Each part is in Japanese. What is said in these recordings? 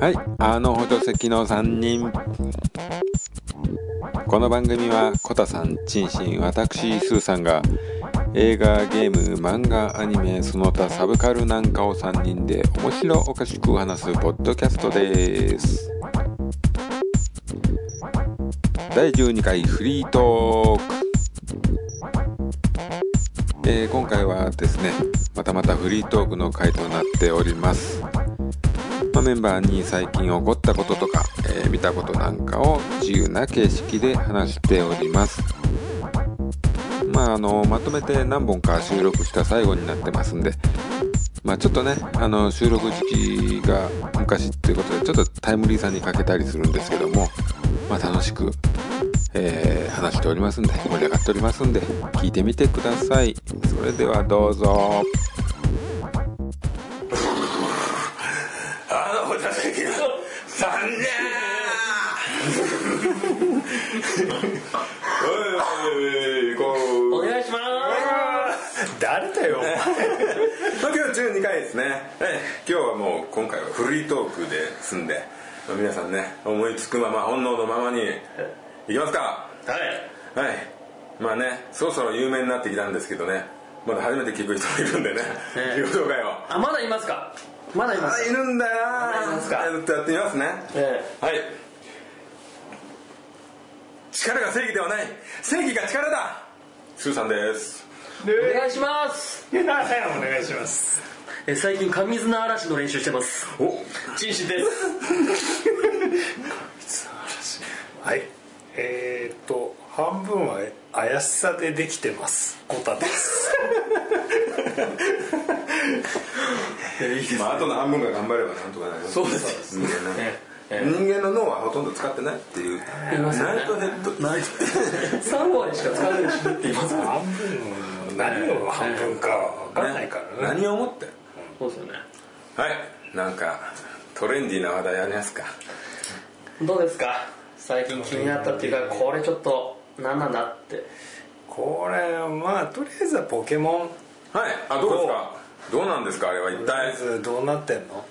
はい、あのほど席の3人この番組はコタさん、チンシン、私、スーさんが映画、ゲーム、漫画、アニメ、その他サブカルなんかを3人で面白おかしく話すポッドキャストです第12回フリートークえー今回はですねまたまたフリートークの回となっております、まあメンバーに最近起こったこととか、えー見たことなんかを自由な形式で話しておりますまああのまとめて何本か収録した最後になってますんでまあちょっとねあの収録時期が昔っていうことでちょっとタイムリーさに欠けたりするんですけどもまあ楽しくえー話しておりますんで盛り上がっておりますんで聞いてみてくださいそれではどうぞあの子たちの残念お願いします誰だよまあ、今日12回ですね、ええ今日はもう今回はフリートークで済んで、まあ皆さんね思いつくまま本能のままにいきますかはいはいまあねそろそろ有名になってきたんですけどねまだ初めて聞く人もいるんでねええ自己紹介をあまだいますかまだいまあすいるんだよいますかやってみますねえはい力が正義ではない正義が力だスーさんですえお願いしますはいお願いしますえ最近上綱嵐の練習してますお陳志ですはいえー、っと半分は怪しさでできてますコタですまあ、あとの半分が頑張ればなんとかなりますそうです人間,、ねえ人間の脳はほとんど使ってないっていうナイいますよねトヘッドナイト3割しか使われる人ってい ます 半分何を半分か分かんないからね何を思ってそうですよねはいなんかトレンディーな話題ありますかどうですか最近気になったっていうかこれちょっと何なんだってこれまあとりあえずはポケモンとはいあどうですかどうなんですかあれは一りあえ体ずどうなってんの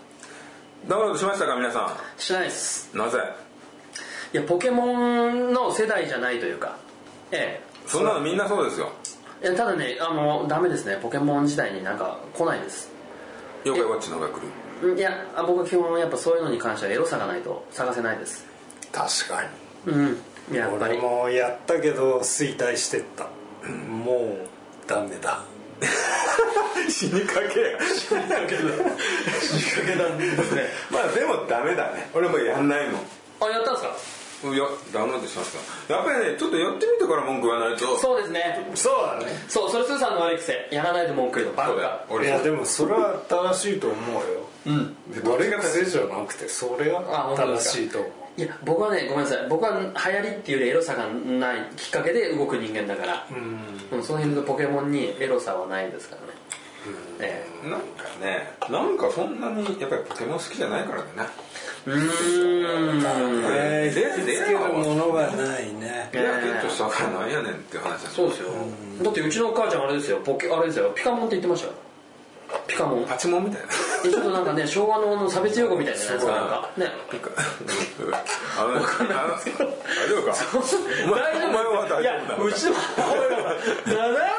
ダウンロードしましたか皆さしてないですんなぜいやポケモンの世代じゃないというかえそんなのみんなそうですよえいやただねあのダメですねポケモン自体になんか来ないです妖怪ウォッチの方が来るうんいやあ僕は基本やっぱそういうのに関してはエロさがないと探せないです確かにうんやっぱり俺もやったけど衰退してったもうダメだ死にかけや死にかけだ死にかけなんですね まあでもダメだね俺もやんないもんあやったんですかいやダウンロードしましたやっぱりねちょっとやってみてから文句言わない とうそうですねそうだねそうそれスーさんの悪い癖やらないと文句言うのバだよカい俺やでもそれは正しいと思うようんどれが正しいじゃなくてそれが正しいと思ういや僕はねごめんなさい僕は流行りっていうよりエロさがないきっかけで動く人間だからうんその辺のポケモンにエロさはないですからねえなんかねなんかそんなにやっぱりポケモン好きじゃないからだなえうーんえーつけるものがないねいやゲットしたからなんやねんっていう話だそうですよだってうちの母ちゃんあれですよポケあれですよピカモンって言ってましたよピカモンパチモンみたいなえちょっとなんかね昭和のあの差別用語みたいじゃないですかなんかねあのあの大丈夫かお前お前は大丈夫だいやうちの母親が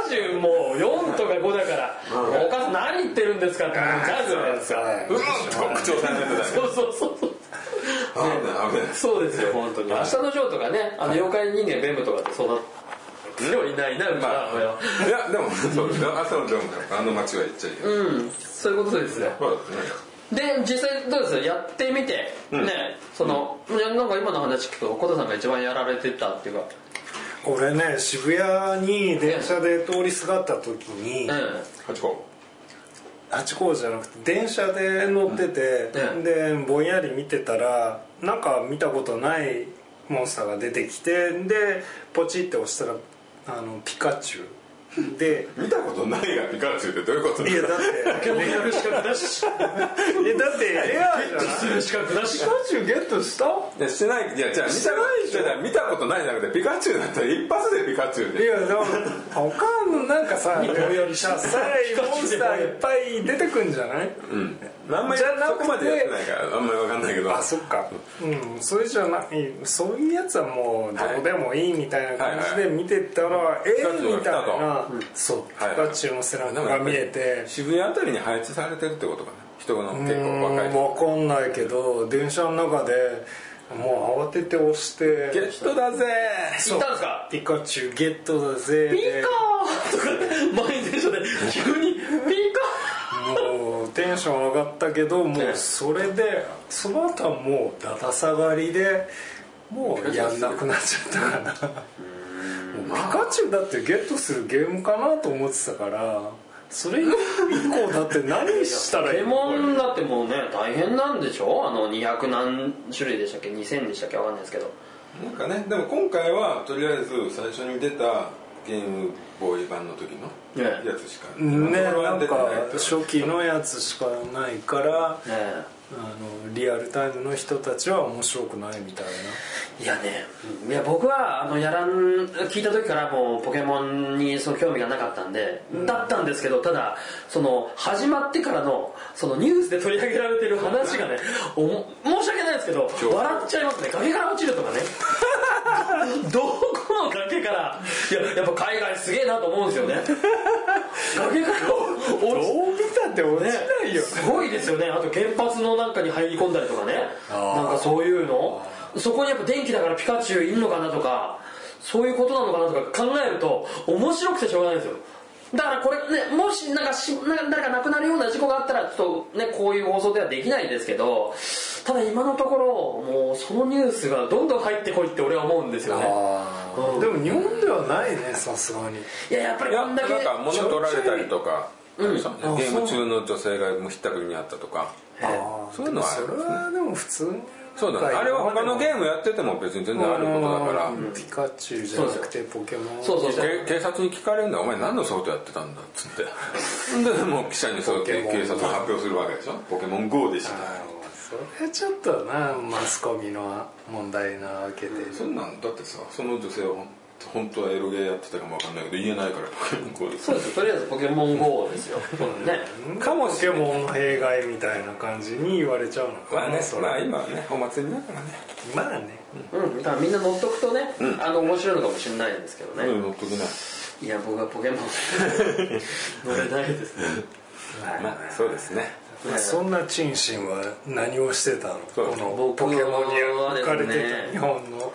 70もう4とか5だから「お母さん何言ってるんですか?」って感じじゃないですかうんと口調されてたそうそうそうそう危ない危ないそうですよ本当に「明日のジョー」とかね「あの妖怪人間ベム」とかってそんな今日いないなうちの母親はいやでもそうですね朝のジョーもあの街は行っちゃいけないうんそういうことですよそうですねで実際どうですやってみて、ねその、いやなんか今の話聞くと小田さんが一番やられてたっていうか俺ね渋谷に電車で通りすがった時にえハチ公ハチ公じゃなくて電車で乗ってて、うんでぼんやり見てたらなんか見たことないモンスターが出てきてでポチって押したらあのピカチュウ で見たことないがピカチュウってどういうこといやだってえやるしかないしえだって絵はいじゃないしか下ピしカチュウゲットしたいやしてないいやじゃあ見たないでしょじゃあ見たことないじゃなくてピカチュウだったら一発でピカチュウいでやでも他のなんかさどうよりささらにモンスターいっぱい出てくんじゃないうんあんまりじそゃなくてこまでやってないからあんまりわかんないけどあそっかうんそれじゃないそういうやつはもうはいどうでもいいみたいな感はじいで見てったらえカチュえウがみ来たたいとなそうピはいカチュウの背中が見えて渋谷あたりに配置されてるってことかな人のう結構若いん人わかんないけど電車の中でもう慌てて押してゲットだぜ行ったんですかピカチュウゲットだぜピカーとか満員電車で急にピカもうテンション上がったけどもうそれでその後はもうだだ下がりでもうやんなくなっちゃったかな もうピカチュウだってゲットするゲームかなと思ってたからそれ以降だって何したーらいいレのモンだってもうね大変なんでしょあの200何種類でしたっけ2000でしたっけわかんないですけどなんかねでも今回はとりあえず最初に出たゲームボーイ版の時のねやつしかね今のところなはん出てかないと初期のやつしかないからねえあのリアルタイムの人たちは面白くないみたいいやね、いや僕はあのやらん聞いた時からもうポケモンにその興味がなかったんで、だったんですけどただその始まってからのそのニュースで取り上げられてる話がねおも申し訳ないですけど情報笑っちゃいますね崖から落ちるとかねどこの崖からいややっぱ海外すげえなと思うんですよね崖から落ちなどう見たって落ちないよすごいですよねあと原発のなんかに入り込んだりとかねあーなんかそういうのそこにやっぱ電気だからピカチュウいるのかなとかそういうことなのかなとか考えると面白くてしょうがないんですよだからこれねもしなんかしなんか誰か亡くなるような事故があったらちょっとねこういう放送ではできないですけどただ今のところもうそのニュースがどんどん入ってこいって俺は思うんですよねあーうんでも日本ではないねさすがにいややっぱいりやこなんんだけか物取られたりとかあんるでしょゲーム中の女性がもうひったくりにあったとかあーそういうのはあでるもそれはでも普通にそうだねあれは他のゲームやってても別に全然あることだからうんピカチュウじゃなくてポケモンそうそうそうけ警察に聞かれるんだお前何のソフトやってたんだっつ ってでもう記者にそうやって警察が発表するわけでしょポケモン GO でしあたーそれはちょっとなマスコミの問題なわけで、そんなんだってさその女性はほん本当はエロゲーやってたかもわかんないけど言えないからポケモン GO でそうですよとりあえずポケモン GO ですよ、 ねかもしれないポケモンの弊害みたいな感じに言われちゃうのかな、まあねそれまあ今はねお祭りだからねまあねうん、だからみんな乗っとくとね、あの面白いのかもしれないんですけどね、うん乗っときないいや僕はポ ケモン乗れないですねまあそうですねまあそんなチンシンは何をしてたのこそうですのポケモンに浮かれ僕はですてねた日本の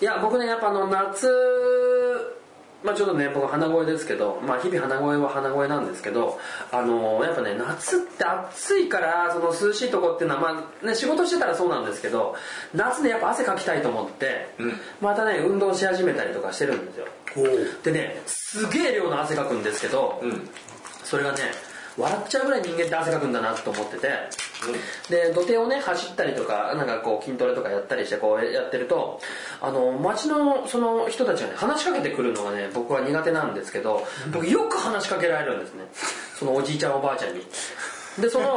いや僕ねやっぱあの夏まあちょっとね僕鼻声ですけどまあ日々鼻声は鼻声なんですけどあのやっぱね夏って暑いからその涼しいとこっていうのはまあね仕事してたらそうなんですけど夏ねやっぱ汗かきたいと思って、またね運動し始めたりとかしてるんですよおうでねすげえ量の汗かくんですけど、んそれがね笑っちゃうぐらい人間って汗かくんだなと思ってて、で土手をね走ったりとかなんかこう筋トレとかやったりしてこうやってるとあの街のその人たちがね話しかけてくるのがね僕は苦手なんですけど僕よく話しかけられるんですねそのおじいちゃんおばあちゃんにでその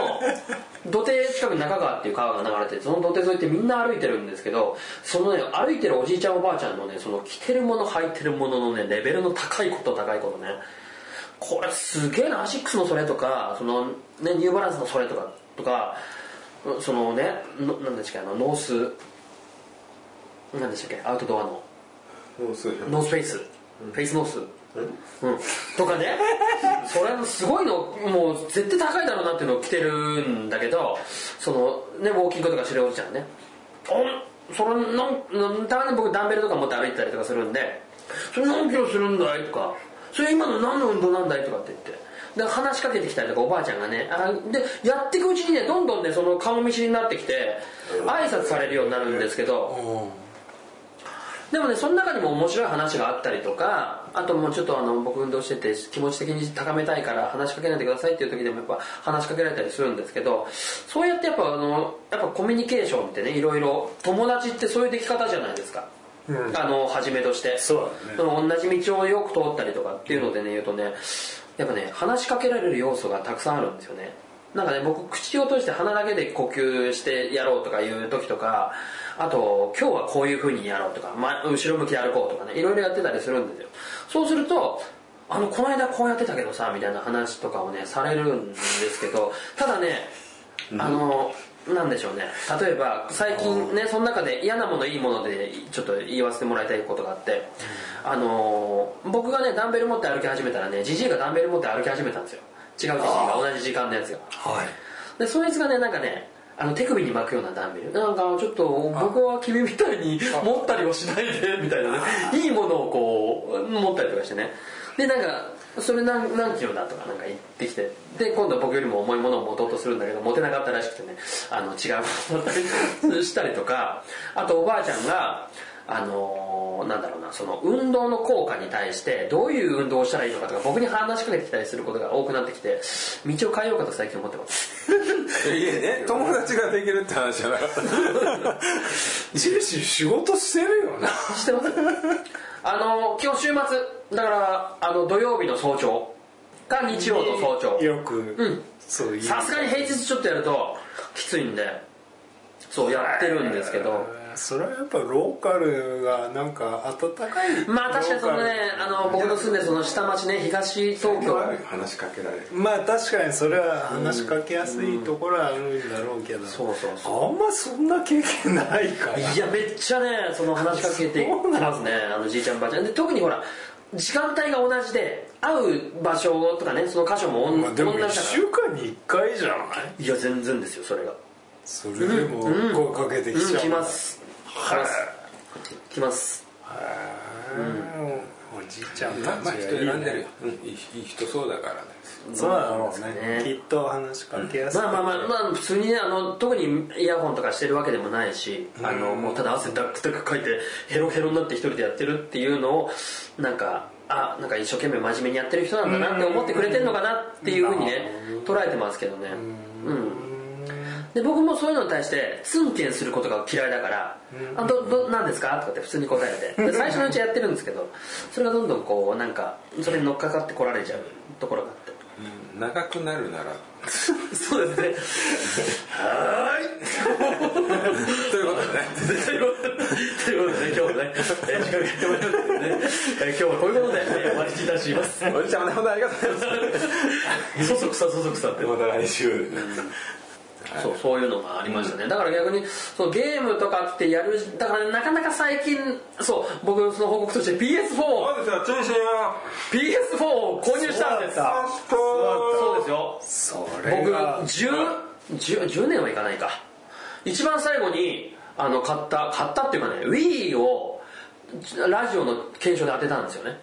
土手近くに中川っていう川が流れててその土手沿いってみんな歩いてるんですけどそのね歩いてるおじいちゃんおばあちゃんのねその着てるもの履いてるもののねレベルの高いこと高いことねこれすげえなアシックスのそれとかその、ね、ニューバランスのそれとかとかうんそのねのなんでしたっけあのノースなんでしたっけアウトドアのもうすぐノースフェイス、フェイスノース、うん、とかねそれもすごいのもう絶対高いだろうなっていうのを着てるんだけどそのねウォーキングとかしてるおじちゃんねあんそれなんなんたまに僕ダンベルとか持って歩いてたりとかするんでそれ何キロするんだいとかそれ今の何の運動なんだいとかって言ってで話しかけてきたりとかおばあちゃんがねあでやっていくうちにねどんどんねその顔見知りになってきて挨拶されるようになるんですけど、おうでもねその中にも面白い話があったりとかあともうちょっとあの僕運動してて気持ち的に高めたいから話しかけないでくださいっていう時でもやっぱ話しかけられたりするんですけどそうやってやっぱあのやっぱコミュニケーションってねいろいろ友達ってそういうでき方じゃないですか、うんあの初めとしてそうだねその同じ道をよく通ったりとかっていうのでね言うとねやっぱね話しかけられる要素がたくさんあるんですよねなんかね僕口を閉じて鼻だけで呼吸してやろうとかいう時とかあと今日はこういう風にやろうとか、ま、後ろ向きで歩こうとかねいろいろやってたりするんですよそうするとあのこの間こうやってたけどさみたいな話とかをねされるんですけどただねあの、なんでしょうね例えば最近ねその中で嫌なものいいものでちょっと言わせてもらいたいことがあって、あの僕がねダンベル持って歩き始めたらねじじいがダンベル持って歩き始めたんですよ違うじじいが同じ時間のやつがはいでそいつがねなんかねあの手首に巻くようなダンベルなんかちょっと僕は君みたいに持ったりはしないでみたいなねいいものをこう持ったりとかしてねでなんかそれ何何キロだとかなんか言ってきてで今度は僕よりも重いものを持とうとするんだけど持てなかったらしくてねあの違うものだったりしたりとかあとおばあちゃんがあのーなんだろうなその運動の効果に対してどういう運動をしたらいいのかとか僕に話しかけてきたりすることが多くなってきて道を変えようかと最近思ってますいえね友達ができるって話じゃなかったジェシー仕事してるよなしてます あの今日週末だからあの土曜日の早朝か日曜の早朝よく、んそういうさすがに平日ちょっとやるときついんでそうやってるんですけどそれはやっぱローカルがなんか温かいまあ確かにそのねあの僕の住んでるその下町ね東東京話しかけられるまあ確かにそれは話しかけやすいところはあるんだろうけど、そうそうそうあんまそんな経験ないからいやめっちゃねその話しかけてきますねあのじいちゃんばあちゃんで特にほら時間帯が同じで会う場所とかねその箇所もおんまあ同じでだもか1ら週間に1回じゃないいや全然ですよそれがそれでも声かけてきちうんゃう、来ます来ます来ますへーおじいちゃんたまあまあち人がいい選んでるねよ、うん、いいいい人そうだからねそうだろうねねきっと話しかけやすい、まあまあまあ、まあ、普通にねあの特にイヤホンとかしてるわけでもないし、あのもうただ汗ダックダックかいてヘロヘロになって一人でやってるっていうのをなんかあなんか一生懸命真面目にやってる人なんだなって思ってくれてるのかなっていうふうにね捉えてますけどねうんで僕もそういうのに対してツンケンすることが嫌いだから「あどど何ですか?」とかって普通に答えてで最初のうちやってるんですけどそれがどんどんこうなんかそれに乗っかかってこられちゃうところがあってうん長くなるならそうですね。はーい。ということでねということで、今日もね、えー時間がやってまいりましたのでね、えー今日はこういうことで、えー終わりにいたします。おじちゃんもね本当にありがとうございまそそくさ、そそくさってす。また来週そう、そういうのがありましたね。だから逆に、そうゲームとかってやる、だから、なかなか最近、そう、僕その報告として PS4 そを、うですよチュンしよ PS4 を購入したんです。そうだうそそうですよ。それ僕が 10, 10, 10年はいかないか一番最後にあの買った買ったっていうかね Wii をラジオの検証で当てたんですよ ね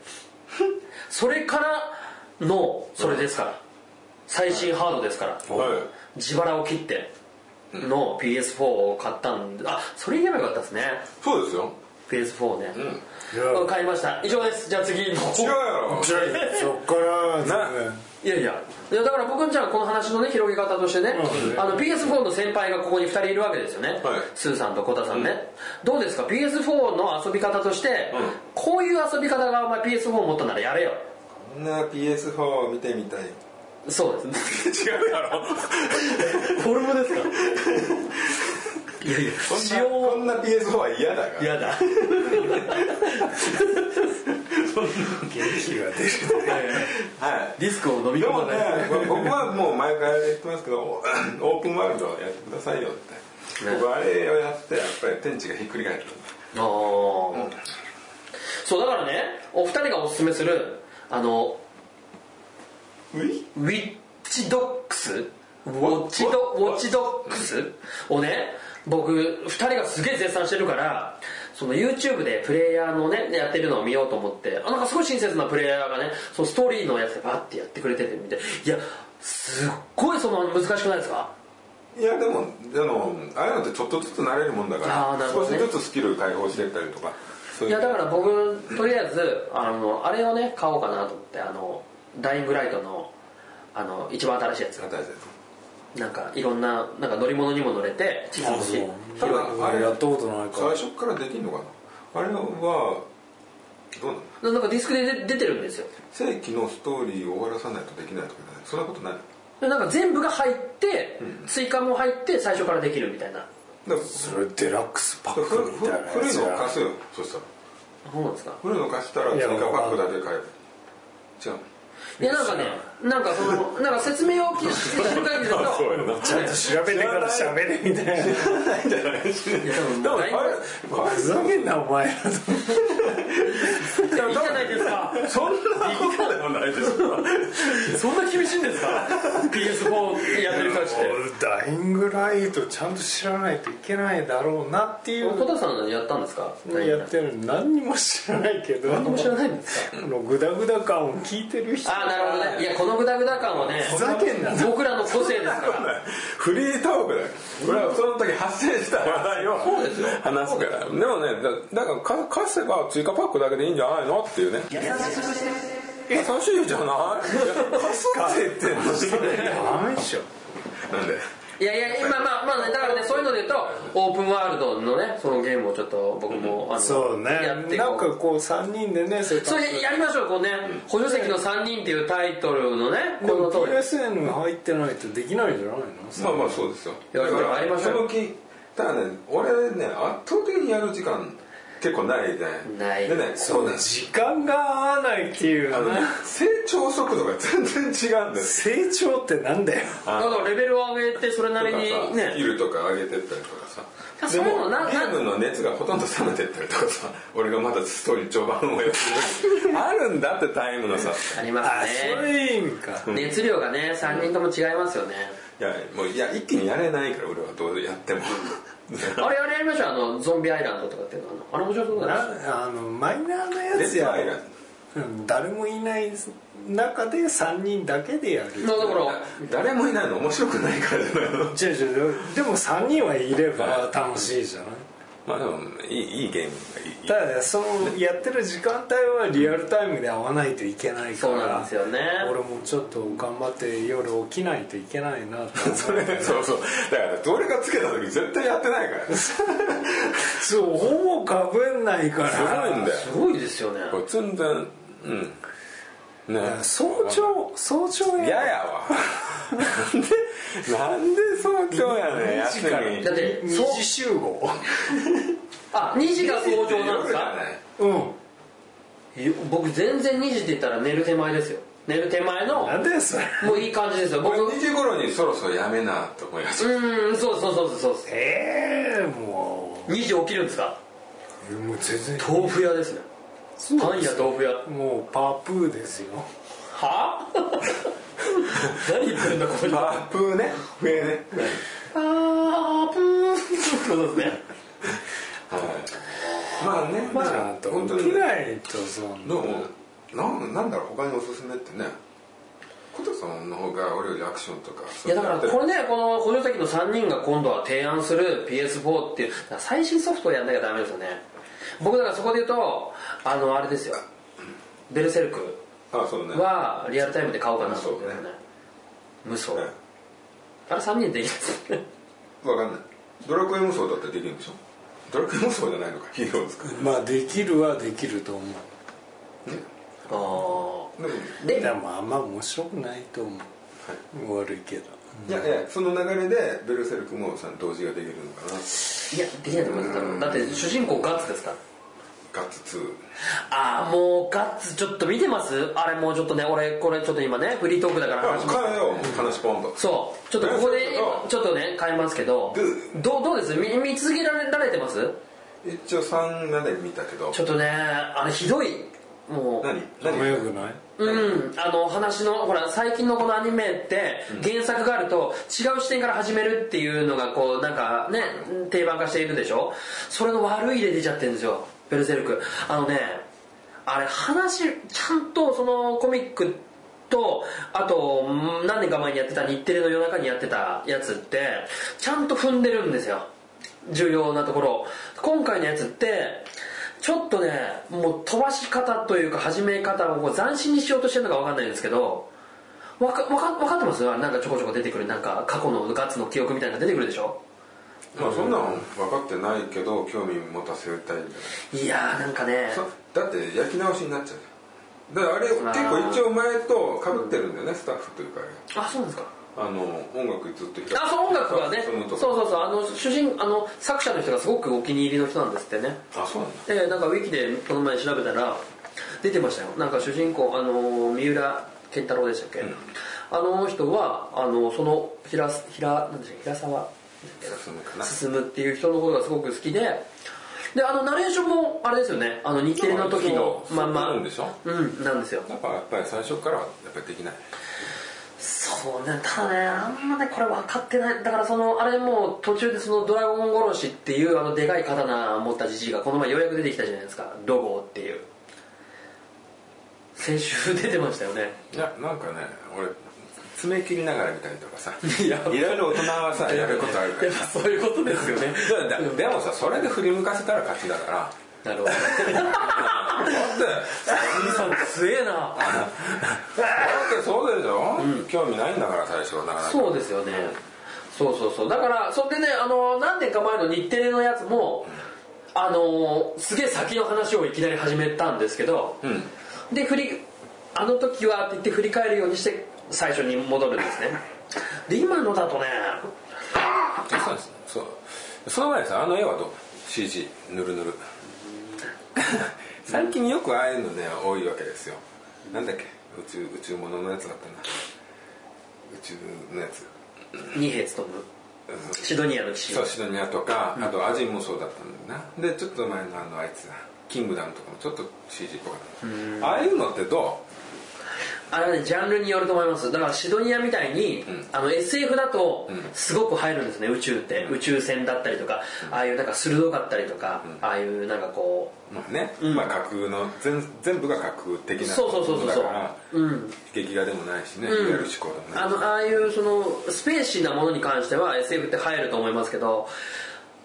それからのそれですから最新ハードですからはい自腹を切っての PS4 を買ったんであそれ言えばよかったですねそうですよ PS4 ね、うん買いました以上ですじゃあ次の違う やろそっからですねないやいやいやだから僕んちゃんこの話のね広げ方としてね、あの PS4 の先輩がここに2人いるわけですよね、スーさんとコタさんね、どうですか PS4 の遊び方として、こういう遊び方がお前 PS4 持ったならやれよこんな PS4 を見てみたいそうですね 違うやろ フォルム ですかいやいや使用こんな PS4 は嫌だからやだ息が出るはいディスクを飲みで込もまねない僕はもう前から言ってますけどオープンワールドやってくださいよって、ね僕あれをやってやっぱり天地がひっくり返ったあーそうだからねお二人がおすすめするあのういウィッチドックスウォッチドウォッチドックスをね僕2人がすげえ絶賛してるからその YouTube でプレイヤーのねやってるのを見ようと思ってあなんかすごい親切なプレイヤーがねそのストーリーのやつでバッてやってくれててみていやすっごいその難しくないですかいやでもあのああいうのってちょっとずつ慣れるもんだかあーら、なるほ少どしねずつスキル解放してったりとかそういいうやだから僕とりあえずあのあれをね買おうかなと思ってあのダイイングライトのあの一番新しいやつ大事なんかいろんななんか乗り物にも乗れて地図もし多分あれやったことないか最ら初からできんのかなあれはどうなのなんかディスクで出出てるんですよ正規のストーリーを終わらさないとできないとかじゃないそんなことないでなんか全部が入って、追加も入って最初からできるみたいなだからそれデラックスパふックみふたいなや古いつのをや貸すよそしたらそうなんですか古いのを貸したら追加パックだけ買える違うのいやなんかねなんかそのなんか説明を聞い てする限りだとそうやなちゃんと調べてから喋れみたいなででももあだれいぶふざけんなお前らといいじゃないですかそんなことでもないですよそんな厳しいんです か PS4 やってる人たち ってダイイングライトちゃんと知らないといけないだろうなっていう小田さんやったんですかやってるの何にも知らないけど何も知らないんですかこのグダグダ感を聞いてる人ああなるほどねいやこのグダグダ感はねふざけんな僕らの個性ですからフリートークだよ俺はその時発生した話題をそうですよ話すからでもねだだからか貸せば追加パックだけでいいんじゃないのっていうね優しいじゃないいや貸すって言ってんのダメでしょなんでいやいや今まあまあねだからねそういうので言うとオープンワールドのねそのゲームをちょっと僕もあのそうねやっていなんこかうこう3人でねそれそれやりましょうこうね補助席の3人っていうタイトルのねこの通り PSN が入ってないとできないんじゃないのまあまあそうですよいやでもありましそたよの気ただね俺ね圧倒的にやる時間結構ないじゃなないいでねそうね時間が合わないっていうあのねね成長速度が全然違うんだよ成長ってなんだよだからレベルを上げてそれなりにとかさスキねルとか上げてったりとかさそういうのなゲなームの熱がほとんど冷めてったりとかさ俺がまだストーリー序盤をやってるあるんだってタイムのさありまあすそうねいう意味か熱量がね3人とも違いますよねいやもういや一気にやれないから俺はどうや ってもあれあれやりましょうあのゾンビアイランドとかっていうのあのあれ面白そうだななあのマイナーなやレッつドやアイランうん誰もいない中で3人だけでやるそうだからド誰もいないの面白くないからじゃないの違う違うでも3人はいれば楽しいじゃないまあでもいいいいゲームがいいただそのやってる時間帯はリアルタイムで会わないといけないかそうなんらですよね俺もちょっと頑張って夜起きないといけないなと思それ そうそうだから俺がつけた時絶対やってないからすそうほぼかぶんないからごいんだよすごいですよねこれ全然うんね早朝早朝嫌やわなんでなんで早朝やねん2休時からみだって2そう時集合あ2時が早朝なんですかうんい僕全然2時って言ったら寝る手前ですよ寝る手前のなんでそれもういい感じですよ僕う俺2時頃にそろそろやめなと思いましたーんそうそうそうそうそうええも2時起きるんですかうもう全然豆腐屋ですねパンや豆腐屋はもうパープーですよ あ何言ってるんだこの人パープーね笛ねあーぷーんそうことですねはいまあねまだからあ本当起にきないとそんなどうもなんなんだろう他におすすめってねコトさんの方が俺よりアクションとかいやだからそうこれねこの補助席の3人が今度は提案する PS4 っていうだから最新ソフトをやんなきゃダメですよね僕だからそこで言うとあのあれですよベルセルクあそうねはリアルタイムで買おうかなと思ってねそうね無双ねあれ3人できますねわかんないドラクエ無双だったらできるんでしょドラクエ無双じゃないのかヒーローズかまあできるはできると思でああもうでもあんま面白くないと思う悪いけどいやいやその流れでベルセルクもさ同時ができるのかないやできないと思います多分だって主人公ガッツですからガッツああもうガッツちょっと見てますあれもうちょっとね俺これちょっと今ねフリートークだから2あ話します変えようもう話ポンとそうちょっとここでちょっとね変えますけどどうどうです見見続けられられてます一応3まで見たけどちょっとねあれひどいも何あんま何よくないううんあの話のほら最近のこのアニメって原作があると違う視点から始めるっていうのがこうなんかね定番化しているでしょそれの悪い例出ちゃってるんですよベルセルクあのねあれ話ちゃんとそのコミックとあとうん何年か前にやってた日テレの夜中にやってたやつってちゃんと踏んでるんですよ重要なところ今回のやつってちょっとねもう飛ばし方というか始め方をこう斬新にしようとしてるのか分かんないんですけどわかわかわかってますあれなんかちょこちょこ出てくるなんか過去のガッツの記憶みたいなのが出てくるでしょまあそんなの分かってないけど興味持たせたいんだよいやーなんかねそだって焼き直しになっちゃうじゃんだからあれ結構一応前と被ってるんだよねスタッフというかあれあそうなんですかあの音楽ずっと弾あそう音楽がねそううそうそうあの主人あの作者の人がすごくお気に入りの人なんですってねあそうなんだえーなんかウィキでこの前調べたら出てましたよなんか主人公あのー三浦健太郎でしたっけ、あの人はあのその平平なんでしたっけ平沢進むかな進むっていう人のことがすごく好きでであのナレーションもあれですよねあの日テレの時のそうまんまそうなるんでしょうんなんですよだからやっぱり最初からはやっぱりできないそうねただねあんまねこれ分かってないだからそのあれもう途中でそのドラゴン殺しっていうあのでかい刀持ったじじいがこの前ようやく出てきたじゃないですかロゴっていう先週出てましたよねいやなんかね俺爪切りながら見たりとかさいろいろ大人はさやることあるか やらっぱそういうことですよねだだでもさそれで振り向かせたら勝ちだからなる ほどだっておじさん強えなだってそうでしょ、興味ないんだから最初はなかなかそうですよねそうそうそうだからそれでねあの何年か前の日テレのやつもあのすげえ先の話をいきなり始めたんですけど、んで振りあの時はって言って振り返るようにして最初に戻るんですねで今のだとねそうですそうその前にさあの絵はどう CG ぬるぬる最近よくああいうのね多いわけですよなんだっけ宇宙宇宙もののやつだったな宇宙のやつ二兵務シドニアの騎士そうシドニアとかあとアジンもそうだったんだよなでちょっと前のあのあいつだキングダムとかもちょっと CG っぽかったああいうのってどあれはねジャンルによると思いますだからシドニアみたいに、あの SF だとすごく入るんですね宇宙って、宇宙船だったりとか、ああいうなんか鋭かったりとか、ああいうなんかこうまあね、うんまあ架空の全全部が架空的うなそうそうそうそうだそからううん劇画でもないしね、うんリアル思考でもないあのああいうそのスペーシーなものに関しては SF って入ると思いますけど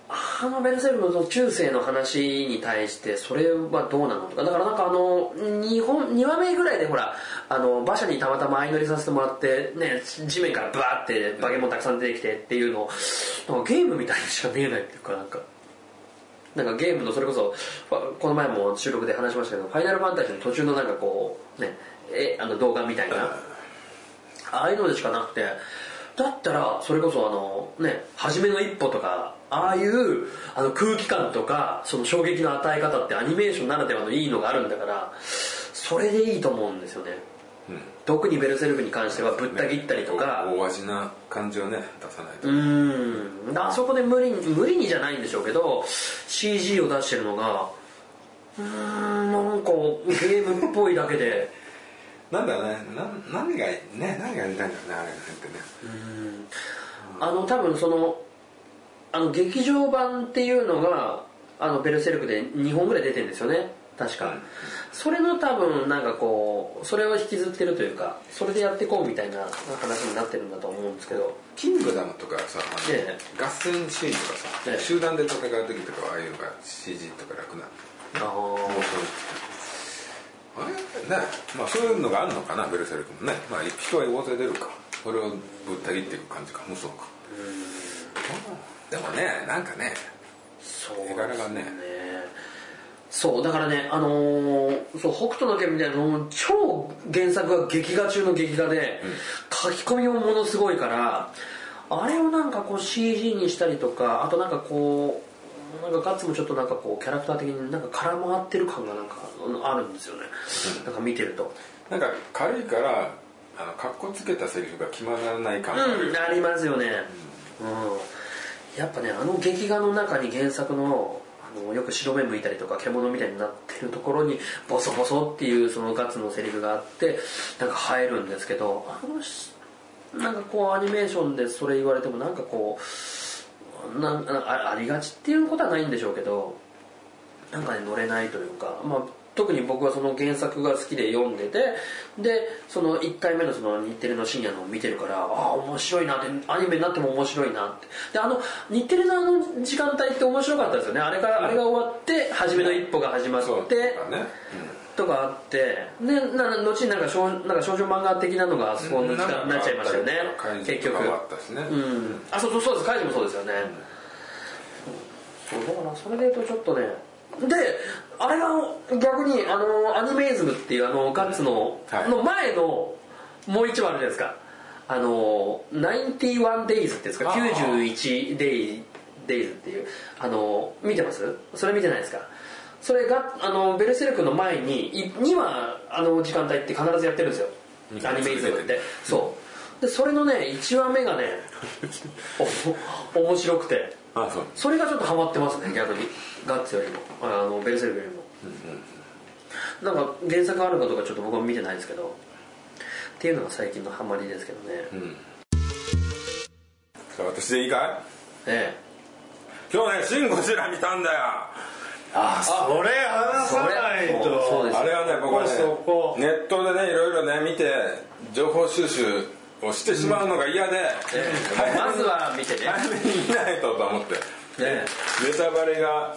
あのベルセルクのその中世の話に対してそれはどうなのとかだからなんかあの日本2話目ぐらいでほらあの馬車にたまたま相乗りさせてもらってね地面からバーってバケモンたくさん出てきてっていうのをなんかゲームみたいにしか見えないっていうかなんか。なんかゲームのそれこそファこの前も収録で話しましたけど「ファイナルファンタジー」の途中のなんかこうねえあの動画みたいなああいうのでしかなくてだったらそれこそあのね初めの一歩とかああいうあの空気感とかその衝撃の与え方ってアニメーションならではのいいのがあるんだからそれでいいと思うんですよね、特にベルセルクに関してはぶった切ったりとか、大味な感じをね出さないうと、ーんあそこで無理に無理にじゃないんでしょうけど CG を出してるのがうーんなんかゲームっぽいだけでなんだろうねな何がね何がやりたいんだろうねあれってねあの多分そのあの劇場版っていうのがあのベルセルクで2本ぐらい出てるんですよね確かそれの多分なんかこうそれを引きずってるというかそれでやってこうみたいな話になってるんだと思うんですけどキングダムとかさ、あのえ合戦シーンとかさ、ええ集団で戦う時とかはああいうのが CG とか楽なあモーションあれねまあそういうのがあるのかなベルセルクもねまあ人は大勢出るかこれをぶった切っていく感じか無双かでもねなんかねそうです絵柄がねそうだからねあのーそう北斗の拳みたいなのも超原作が劇画中の劇画で、書き込みもものすごいからあれをなんかこう CG にしたりとかあとなんかこうなんかガッツもちょっとなんかこうキャラクター的になんか空回ってる感がなんかあのあるんですよね、なんか見てるとなんか軽いからあのかっこつけたセリフが決まらない感があるよねうん、ありますよね、うん、やっぱねあの劇画の中に原作のあのよく白目向いたりとか獣みたいになってるところにボソボソっていうそのガッツのセリフがあってなんか入るんですけどあのしなんかこうアニメーションでそれ言われてもなんかこうなんなんかあありがちっていうことはないんでしょうけどなんかね乗れないというか、まあ、特に僕はその原作が好きで読んでてでその1回目のその日テレの深夜のを見てるからああ面白いなってアニメになっても面白いなってであの日テレのあの時間帯って面白かったですよねあれから、あれが終わって初めの一歩が始まってそうだからね、とかあってでな後になんか少なんか少女漫画的なのがあそこの時間になっちゃいましたよね結局変わったしね、うんあそうそうそうですカイジもそうですよね、そうだからそれで言うとちょっとねであれが逆にあのアニメイズムっていうあのガッツの、はいの前のもう一話あるじゃないですかあの91 days っていうんですか91 day days っていうあの見てますそれ見てないですかそれがあのベルセルクの前にい2話あの時間帯って必ずやってるんですよアニメイズムってそうでそれのね1話目がね お面白くてあそうそれがちょっとハマってますね逆にガッツよりもあのベルセルクよりもなんか原作あるかどうかちょっと僕は見てないですけどっていうのが最近のハマりですけどね、えじゃあ私でいいかえい今日ね「シン・ゴジラ」見たんだよあそれ話さないそれとそうですあれはね僕はねそこネットでねいろいろね見て情報収集をしてしまうのが嫌で、ええ早めまにずは見てね早めに見ないとと思ってえネタバレが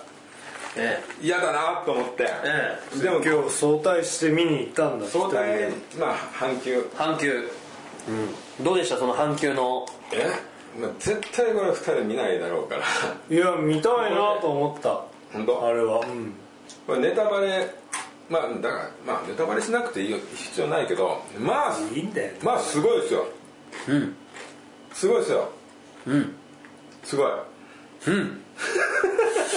ええ嫌だなと思ってええでも今日早退して見に行ったんだ相対二人でまあ半球え阪急、どうでしたその阪急のえ、まあ、絶対これ2人見ないだろうから いや見たいなと思った本当あれはうんこれネタバレまあだからまあネタバレしなくていいよ必要ないけどまあいいんだよまあすごいですようんすごいですようんすごいうん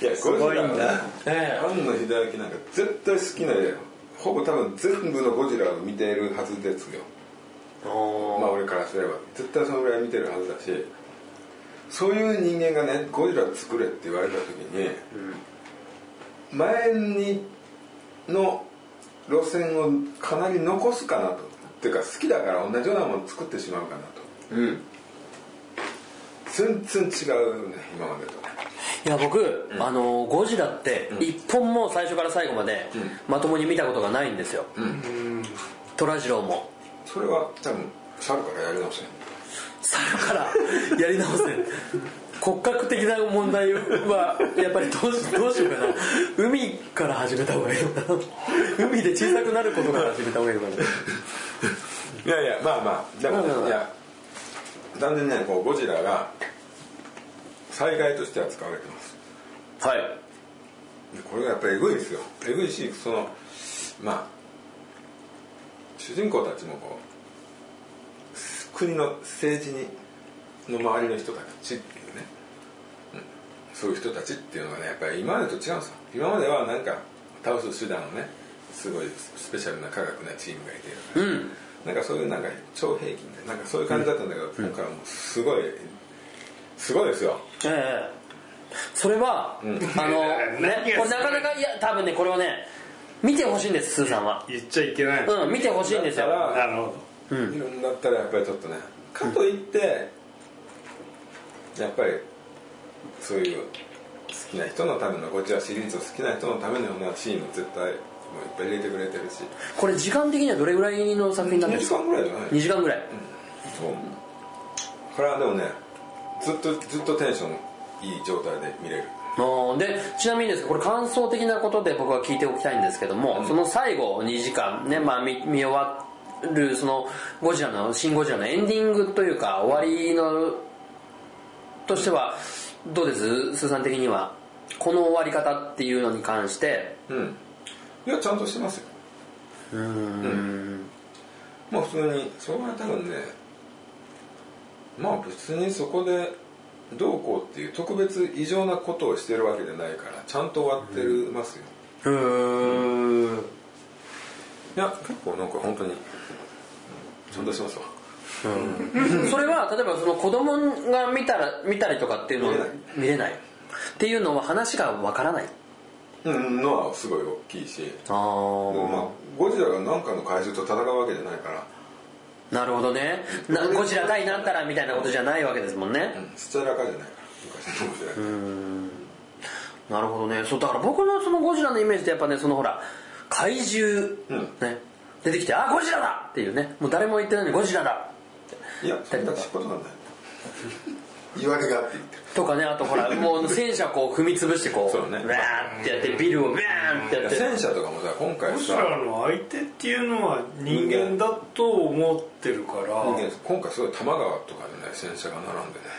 いやすごいんだええ庵野秀明なんか絶対好きなよほぼ多分全部のゴジラを見ているはずですよまあ俺からすれば絶対そのぐらい見てるはずだしそういう人間がねゴジラ作れって言われた時に、前にの路線をかなり残すかなとっていうか好きだから同じようなもの作ってしまうかなとうん全然違うね今までとねいや僕、あのゴジラって一本も最初から最後までまともに見たことがないんですよ、虎次郎もそれは多分猿からやり直せん猿からやり直せ骨格的な問題はやっぱりどうしどうしようかな海から始めた方がいいのかな海で小さくなることから始めた方がいいのかないやいやまあまあでも、まあまあまあいや残念ながらこうゴジラが災害として扱われてますはいでこれがやっぱりエグいですよエグいしそのまあ主人公たちもこう国の政治にの周りの人たちっていうね、うん、そういう人たちっていうのがねやっぱり今までと違うんですよ今まではなんか倒す手段をねすごいスペシャルな科学なチームがいてるから、なんかそういうなんか超平均でなんかそういう感じだったんだけど、今回はもうすごいすごいですよええそれは、あの何ねがこれなかなかいや多分ねこれをね見てほしいんですスーさんは言っちゃいけないのうん見てほしいんですよだからなるほいるんだったらやっぱりちょっとねかといって、やっぱりそういう好きな人のためのこちらシリーズを好きな人のためのようなシーンを絶対もういっぱい入れてくれてるしこれ時間的にはどれぐらいの作品なん2です時か間ぐらいじゃない2時間ぐらい、そうこれはでもねずっとずっとテンションいい状態で見れるうんでちなみにですけどこれ感想的なことで僕は聞いておきたいんですけども、その最後2時間ね、まあ、見見終わるそのゴジラの「新ゴジラ」のエンディングというか終わりのとしてはどうですスーさん的にはこの終わり方っていうのに関してうんいやちゃんとしてますようんもう普通にそれは多分ねまあ別にそこでどうこうっていう特別異常なことをしてるわけじゃないからちゃんと終わってるますよ、うんいや結構なんか本当にちゃんとしてますわそれは例えばその子供が見たら見たりとかっていうのは見れない見れないっていうのは話がわからないうんのはすごい大きいしあでもまあゴジラが何かの怪獣と戦うわけじゃないからなるほどねなゴジラ対なんたらみたいなことじゃないわけですもんね、うんすっちゃらかじゃないから昔のゴジラってなるほどねそうだから僕のそのゴジラのイメージってやっぱねそのほら怪獣、うんね出てきて「あゴジラだ!」っていうねもう誰も言ってないのに「ゴジラだ!いやそんなことなんだよ言われがあって言ってる」とかねあとほらもう戦車こう踏み潰してこうそうねわーってやってビルをわーってやって戦車とかもさ今回どゴジさラの相手っていうのは人間だと思ってるから今回すごい多摩川とかでね戦車が並んでね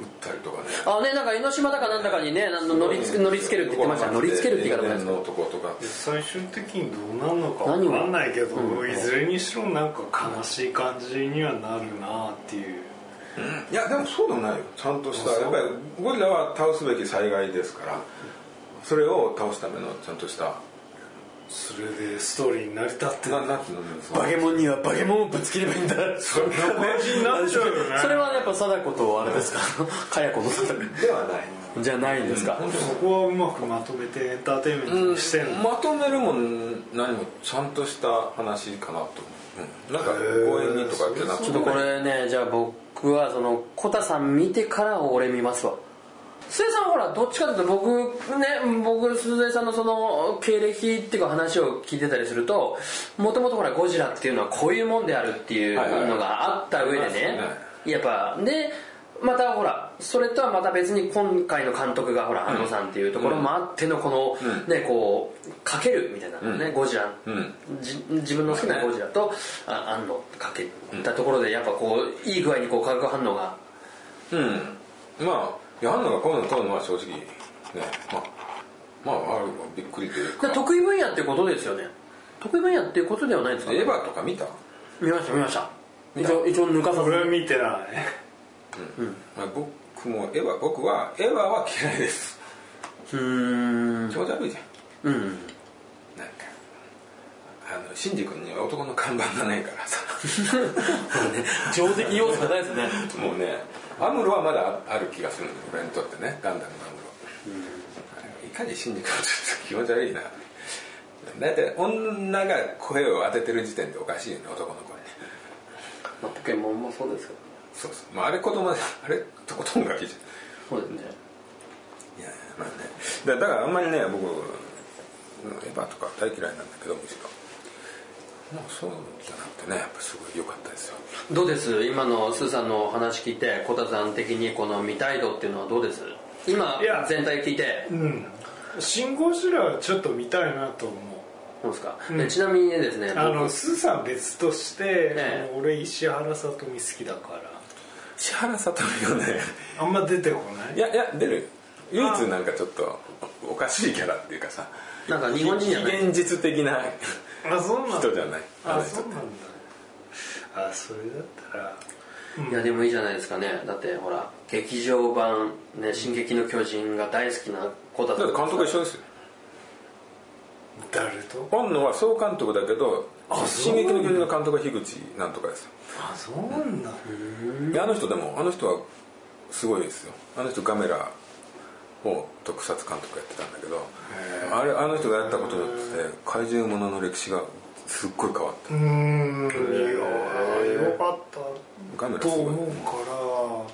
ったりとかねあねなんか江ノ島だかなんだかにねなんの乗りつけ乗りつけるって言ってました乗りつけるって言い方もないですのとことか最終的にどうなるのか何分をかんないけど、いずれにしろなんか悲しい感じにはなるなっていういやでもそうでもないよちゃんとしたやっぱりゴリラは倒すべき災害ですからそれを倒すためのちゃんとしたそれでストーリーに成り立ってななんていうのそのバケモンにはバケモンをぶつければいいんだそんな感じになっちゃうよねそれはやっぱ貞子とあれ ですかかや子の貞ではない子じゃないんですかそこはうまくまとめてエンターテインメントにしてんまの、とめるも何もちゃんとした話かなと、うん、なんか公園にとかってなっちょっとこれねじゃあ僕はそのコタさん見てから俺見ますわ鈴江さんほらどっちかというと僕ね僕鈴江さんのその経歴っていうか話を聞いてたりするともともとほらゴジラっていうのはこういうもんであるっていうはいはいのがあった上でそうねでやっぱでまたほらそれとはまた別に今回の監督がほら安野さんっていうところもあってのこのねこうかけるみたいなねゴジラうんじ自分の好きなゴジラとあ安野かけたところでやっぱこういい具合にこう化学反応がうんまあやんのがこういうの撮るのは正直ねまあまああるびっくりというだかから得意分野っていうことですよね得意分野っていうことではないですかエヴァとか見た、見ました見ました一応一応抜かさ俺はず見てないまあ、僕もエヴァ僕はエヴァは嫌いですうーん気持ち悪いじゃんうんなんかあのシンジ君には男の看板がないから さ上的要素がないですねもうねアムロはまだある気がするんだ俺にとってねガンダムのアムロいかにシンジ君はちょっと気持ち悪いな大体女が声を当ててる時点でおかしいよね男の子にまあポケモンもそうですけどそうそう、まあ、あれ子供だあれとことんガキじゃんそうですねいやいやまあねだだからあんまりね僕うんエヴァとか大嫌いなんだけどむしろもうそうじゃなくてねやっぱすごい良かったですよどうです今のスーさんのお話聞いてコタさん的にこの見たい度っていうのはどうです今いや全体聞いてうん「シン・ゴジラ」はちょっと見たいなと思うそうですか、でちなみにねですねあの僕スーさん別として、ええもう俺石原さとみ好きだから石原さとみがねあんま出てこないいやいや出る唯一なんかちょっとおかしいキャラっていうかさなんか日本人じゃない現実的なあそうなんだ人じゃないああのそ人うなんだあそれだったらいやでもいいじゃないですかねだってほら劇場版、ね「進撃の巨人」が大好きな子だだって監督一緒緒ですよ誰と本野は総監督だけど「そう進撃の巨人」の監督は樋口なんとかですよあそうなんだいやあの人でもあの人はすごいですよあの人ガメラを特撮監督やってたんだけどあれあの人がやったことによって怪獣ものの歴史がすっごい変わっうーんいやよかったガメラすとごい思うからあ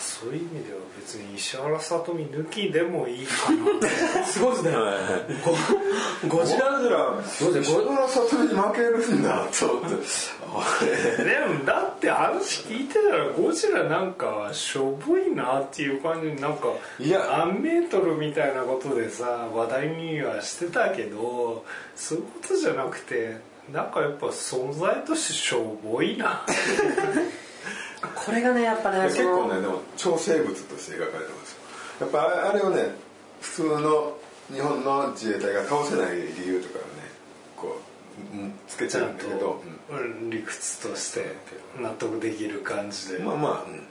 そういう意味では別に石原さとみ抜きでもいいかな すごいですねた、はいゴジラどうせこ原さとみに負けるんだと思って でもだって話聞いてたらゴジラなんかしょぼいなっていう感じになんかいや何メートルみたいなことでさ話題にはしてたけどそういうことじゃなくてなんかやっぱ存在としてしょぼいなこれがねやっぱね結そ構のねでも超生物として描かれてますやっぱああれをね普通の日本の自衛隊が倒せない理由とかをねこううんつけちちゃゃ うんんだとけど、うん理屈として納得できる感じでうんまあまあ、うん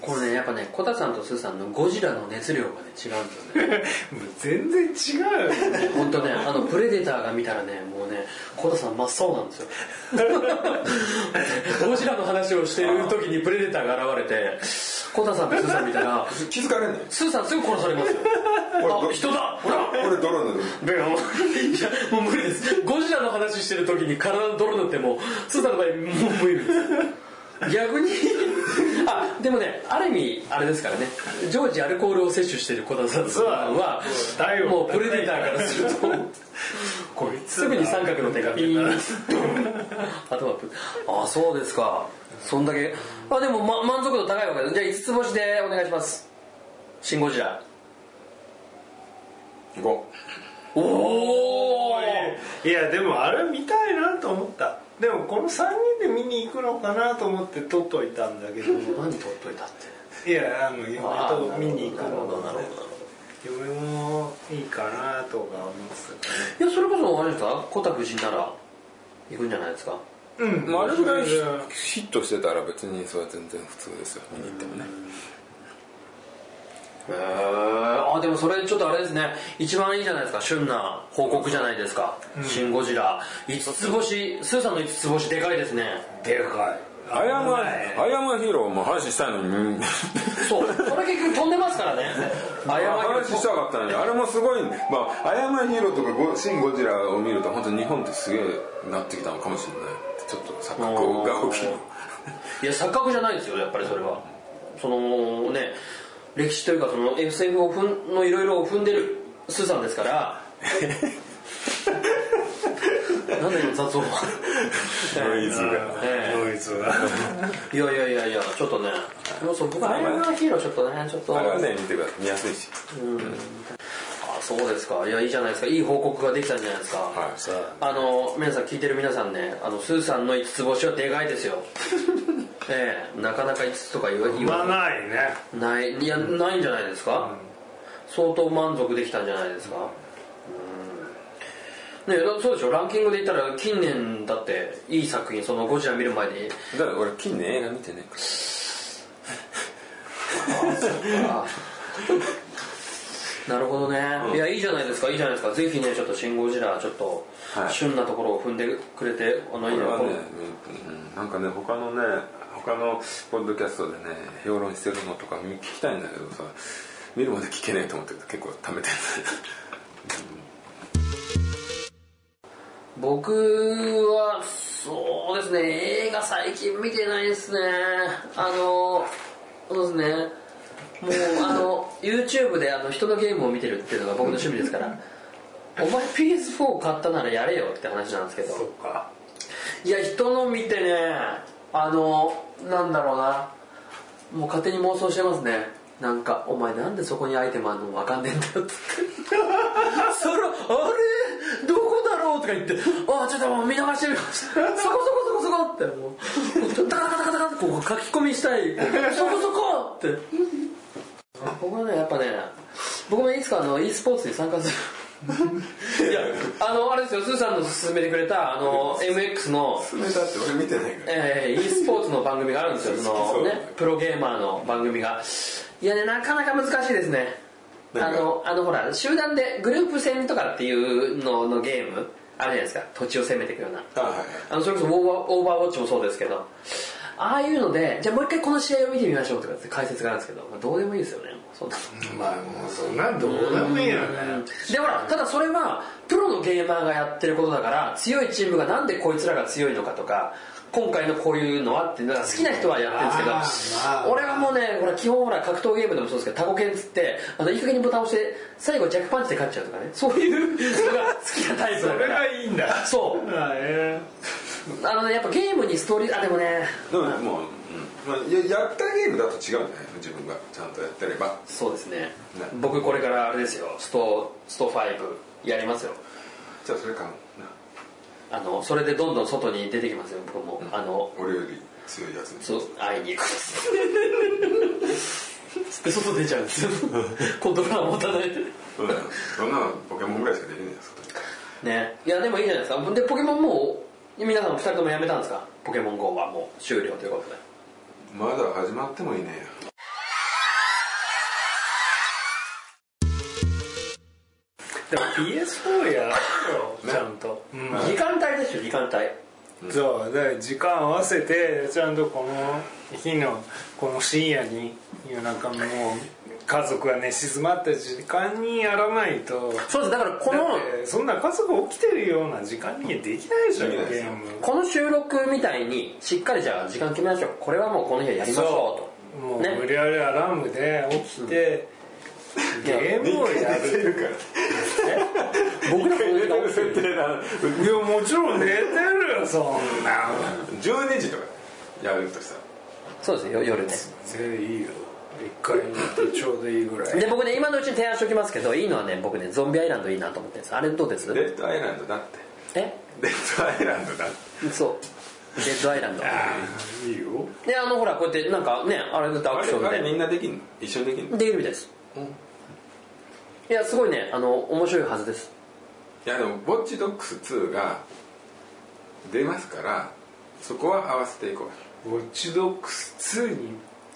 これねやっぱねコタさんとスーさんのゴジラの熱量がね違うんですよねもう全然違うよね本当ねあのプレデターが見たらねもうねコタさん真っ青なんですよ ゴジラの話をしてる時にプレデターが現れてコタさんとスーさん見たら気づかれないスーさんすぐ殺されますよあ人だほら俺泥塗るだからもう、いや、もう無理です。ゴジラの話してる時に体の泥塗っても、スーさんの場合、もう無理です。逆に、あ、でもね、ある意味、あれですからね、常時アルコールを摂取している小田さんはそうだ、よもうプレデターからすると、こいつすぐに三角の手がピーン頭プあ、そうですか。そんだけ、あ、でも、ま、満足度高いわけです。じゃあ、5つ星でお願いします。シンゴジラ。 5おおいやでもあれ見たいなと思ったでもこの3人で見に行くのかなと思って撮っといたんだけど何取っといたって。いやあの嫁あーと見に行くなるほどのなるほど嫁もいいかなとか思っていやそれこそあれですか小田夫人なら行くんじゃないですかたねうんまあ、あれぐらいヒヒットしてたら別にそれは全然普通ですよ見に行ってもねへえあでもそれちょっとあれですね一番いいじゃないですか旬な報告じゃないですか「シン・ゴジラ」五つ星スーさんの五つ星でかいですねでかいアイアムア危ないアイアムアヒーローも話したいのに うんそうこれ結局飛んでますからね謝り話したかったのにあれもすごいんでまあアイアムアヒーローとかゴシン・ゴジラを見ると本当に日本ってすげえなってきたのかもしれないちょっと錯覚が起きるいや錯覚じゃないですよやっぱりそれはそのね歴史というかその SF を踏んのいろいろを踏んでるスーさんですから なんで今雑 音はノイズがええノイズがいやいやいやいやちょっとねもうそう僕はアイアンマンヒーローちょっとねちょっとあれはあね見てください見やすいしそうですかいやいいじゃないですかいい報告ができたんじゃないですか、はいさああの皆さん聞いてる皆さんねあのスーさんの五つ星はでかいです よええなかなか五つとか言わ言言わわないねないいやないんじゃないですか、相当満足できたんじゃないですか、うんねえだそうでしょランキングで言ったら近年だっていい作品そのゴジラ見る前にだから俺近年映画見てねなるほどね、いやいいじゃないですかいいじゃないですかぜひねちょっと「シン・ゴジラ」ちょっと、はい旬なところを踏んでくれてあのいいこれのはね、うんなんかね他のね他のポッドキャストでね評論してるのとか聞きたいんだけどさ見るまで聞けねえと思って結構貯めてる僕はそうですね映画最近見てないですねあのそうですねもうあの YouTube であの人のゲームを見てるっていうのが僕の趣味ですからお前 PS4 買ったならやれよって話なんですけどそっかいや人の見てねあのなんだろうなもう勝手に妄想してますねなんかお前なんでそこにアイテムあるの分かんねえんだよって それあれどこだろうとか言ってあちょっともう見逃してるかもしれないそこそこそこそこってもうダカダカダカダカってこう書き込みしたいそこそこって僕はねやっぱね僕もいつかあの e スポーツに参加するいやあのあれですよスーさんの勧めてくれたあの MX のそれだって俺見てないからえー、e スポーツの番組があるんですよそ そうの、ね、プロゲーマーの番組がいやねなかなか難しいですねあ何がのあのほら集団でグループ戦とかっていうののゲームあるじゃないですか土地を攻めていくようなあはいあのそれこそオーバーオーバーウォッチもそうですけどああいうのでじゃあもう一回この試合を見てみましょうとかって解説があるんですけど、まあ、どうでもいいですよねもうそんなのまあもうそんなんどうでもいいよねでほらただそれはプロのゲーマーがやってることだから強いチームがなんでこいつらが強いのかとか今回のこういうのはっていうのが好きな人はやってるんですけど、まあまあ俺はもうねほら基本ほら格闘ゲームでもそうですけどタコ剣つってあのいい加減にボタン押して最後ジャックパンチで勝っちゃうとかねそういうのが好きなタイプそだかれらがいいんだそうあえあのねやっぱゲームにストーリーあでもねでもねもう、うんまあ、ややったゲームだと違うんじゃない自分がちゃんとやってればそうですね僕これからあれですよストスト5やりますよじゃあそれかもなあのそれでどんどん外に出てきますよ僕もあの俺より強いやつにそう会いに行く で外出ちゃうんですよコントローラー持たないでそうだよそんなのポケモンぐらいしかできねえよそれねいやでもいいじゃないですかでポケモンもう皆さん2人ともやめたんですかポケモン GO はもう終了ということでまだ始まってもいねえよでも PS4 やるよちゃんと、うん時間帯ですよ時間帯そうだから時間合わせてちゃんとこの日のこの深夜に夜中もう家族が寝静まった時間にやらないとそうですだからこだのってそんな家族起きてるような時間にできないじゃんできないですゲよームこの収録みたいにしっかりじゃあ時間決めましょうこれはもうこの日はやりましょうともうね無理やりアラームで起きて、ゲームをやるるから僕らこの時間起きてる設定ないやもちろん寝てるよそんな12時とかやるとしたらそうですよ夜ね全然いいよ一回寝てちょうどいいぐらいで僕ね今のうちに提案しておきますけどいいのはね僕ねゾンビアイランドいいなと思ってるんですあれどうですレッドアイランドだってえレッドアイランドだってそデッドアイランドいいよであのほらこうやってなんかねあれだってアクションあでれみんなできんの一緒にできんのできるみたいです、いやすごいねあの面白いはずですいやでも「ウォッチドックス2」が出ますからそこは合わせていこうウォッチドックス2に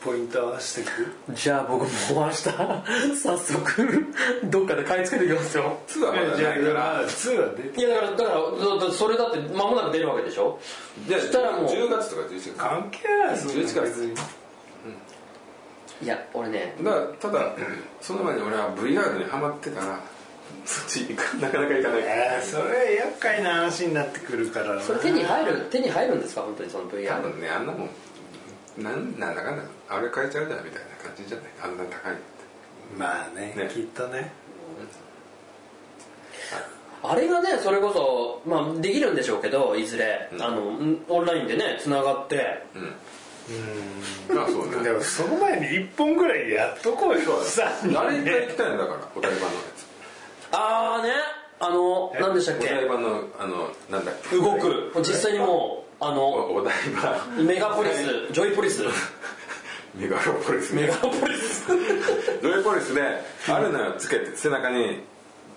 ポイント合わせてくじゃあ僕も明日 早速どっかで買い付けてきますよ2はまだじゃあないから2は出ていやだからだからだだそれだって間もなく出るわけでしょじゃあそしたらもう10月とか11月だか関係ないです11からにいや俺ねらただその前に俺は VR にハマってからそっちに行かなかなか行かないえーそれ厄介な話になってくるからなそれ手に入る手に入るんですか本当にその VR 多分ねあんなもんなんなんだかんだあれ変えちゃうじゃんみたいな感じじゃないあんな高いのってまあねねきっとねあれがねそれこそ、まあ、できるんでしょうけどいずれ、んあのんオンラインでねつながってあそうねでもその前に1本ぐらいやっとこうよさあれ一回行きたいんだからお台場のやああねあのえ何でしたっつお台け場のあのなんだっけ動く実際にもうあのおお台場メガポリスジョイポリスメガロポリス メねガポリ スロイポリスであるのよつけて背中に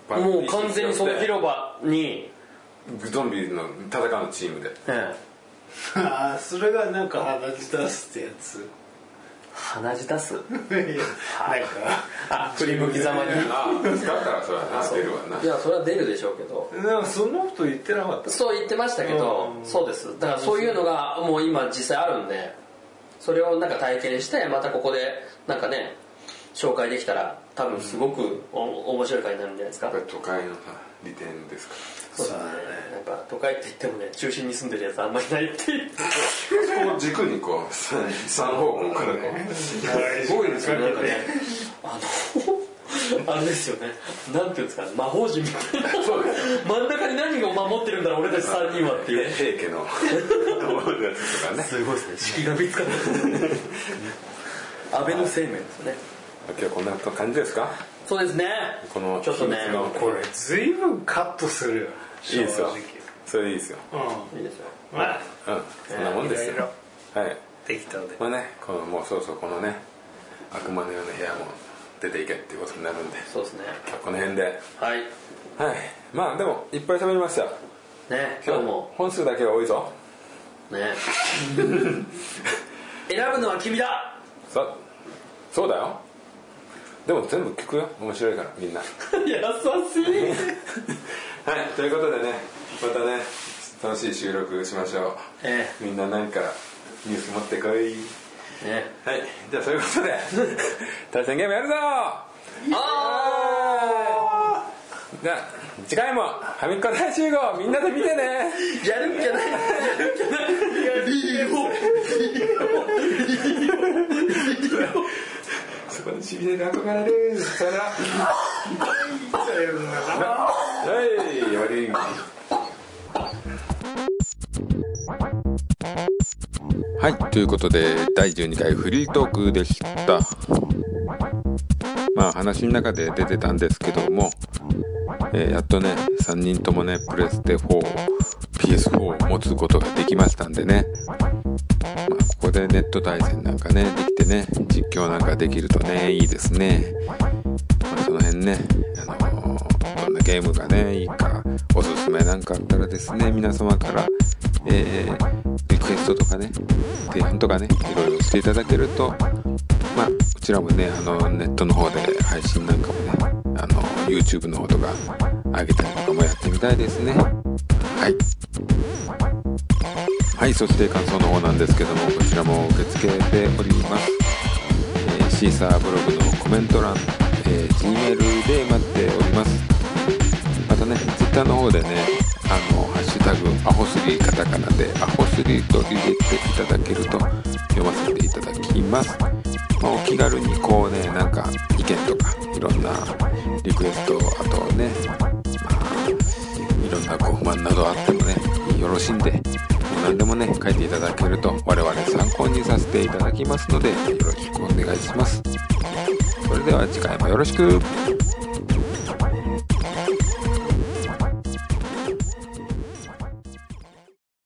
パッもう完全にその広広場に、ゾンビの戦うのチームでええああそれがなんか鼻血出すってやつ鼻血出すいやなんかあ振り向きざまにああ使ったらそれはな出るわないやそれは出るでしょうけどでもそんなこと言ってなかったそう言ってましたけどそうですだからそういうのがもう今実際あるんでそれをなんか体験してまたここでなんかね紹介できたら多分すごくお面白い回になるんじゃないですかこれ都会のさ利点ですかそうですねなんか都会って言ってもね中心に住んでるやつあんまりないって いうらここを軸にこう3方向からこうすごいですよなんかねねあのあれですよねなんていうんですかね魔法陣みたいなそうです真ん中に何を守ってるんだろう俺たち3人はっていう平家のやつとかねすごいですね式が見つかった 安倍の生命ですね今日はこんな感じですかそうですねこのちょっとね秘密のこれ随分カットするよいいですよそれいいですよういいですよんまあうんそんなもんですいろいよはい適当でまあね、このもうそろそろこのね悪魔のような部屋も出ていけっていうことになるんでそうですね今日この辺ではいはいまあでもいっぱい喋りましたよね今今日日も本数だけは多いぞね選ぶのは君だそそうだよでも全部聞くよ面白いからみんなは優しいいということでねまたね楽しい収録しましょえうみんな何かニュース持ってこいえねはいじゃあそういうことで対戦ゲームやるぞはーいじゃあ次回も「ファミコン大集合」みんなで見てねやるんじゃないやるんじゃないリーゴそこにしびれが憧れるさよならはい終わりはいということで第12回フリートークでしたまあ話の中で出てたんですけども、えーやっとね3人ともねプレステ 4PS4 を持つことができましたんでね、まあ、ここでネット対戦なんかねできてね実況なんかできるとねいいですねまあその辺ね、あのーどんなゲームがねいいかおすすめなんかあったらですね皆様から、えーリクエストとかね提案とかねいろいろしていただけるとまあうちらもねあのネットの方で配信なんかもねあの YouTube の方とか上げたりとかもやってみたいですねはいはいそして感想の方なんですけどもこちらも受け付けておりますえーシーサーブログのコメント欄、えー Gmail で待っておりますまたね Twitter の方でねあの「ハッシュタグアホスリーカタカナ」で「アホスリー」と入れていただけると読ませていただきます、まあお気軽にこうねなんか意見とかいろんなリクエストあとね、まあ、いろんなご不満などあってもねよろしいんでもう何でもね書いていただけると我々参考にさせていただきますのでよろしくお願いしますそれでは次回もよろしく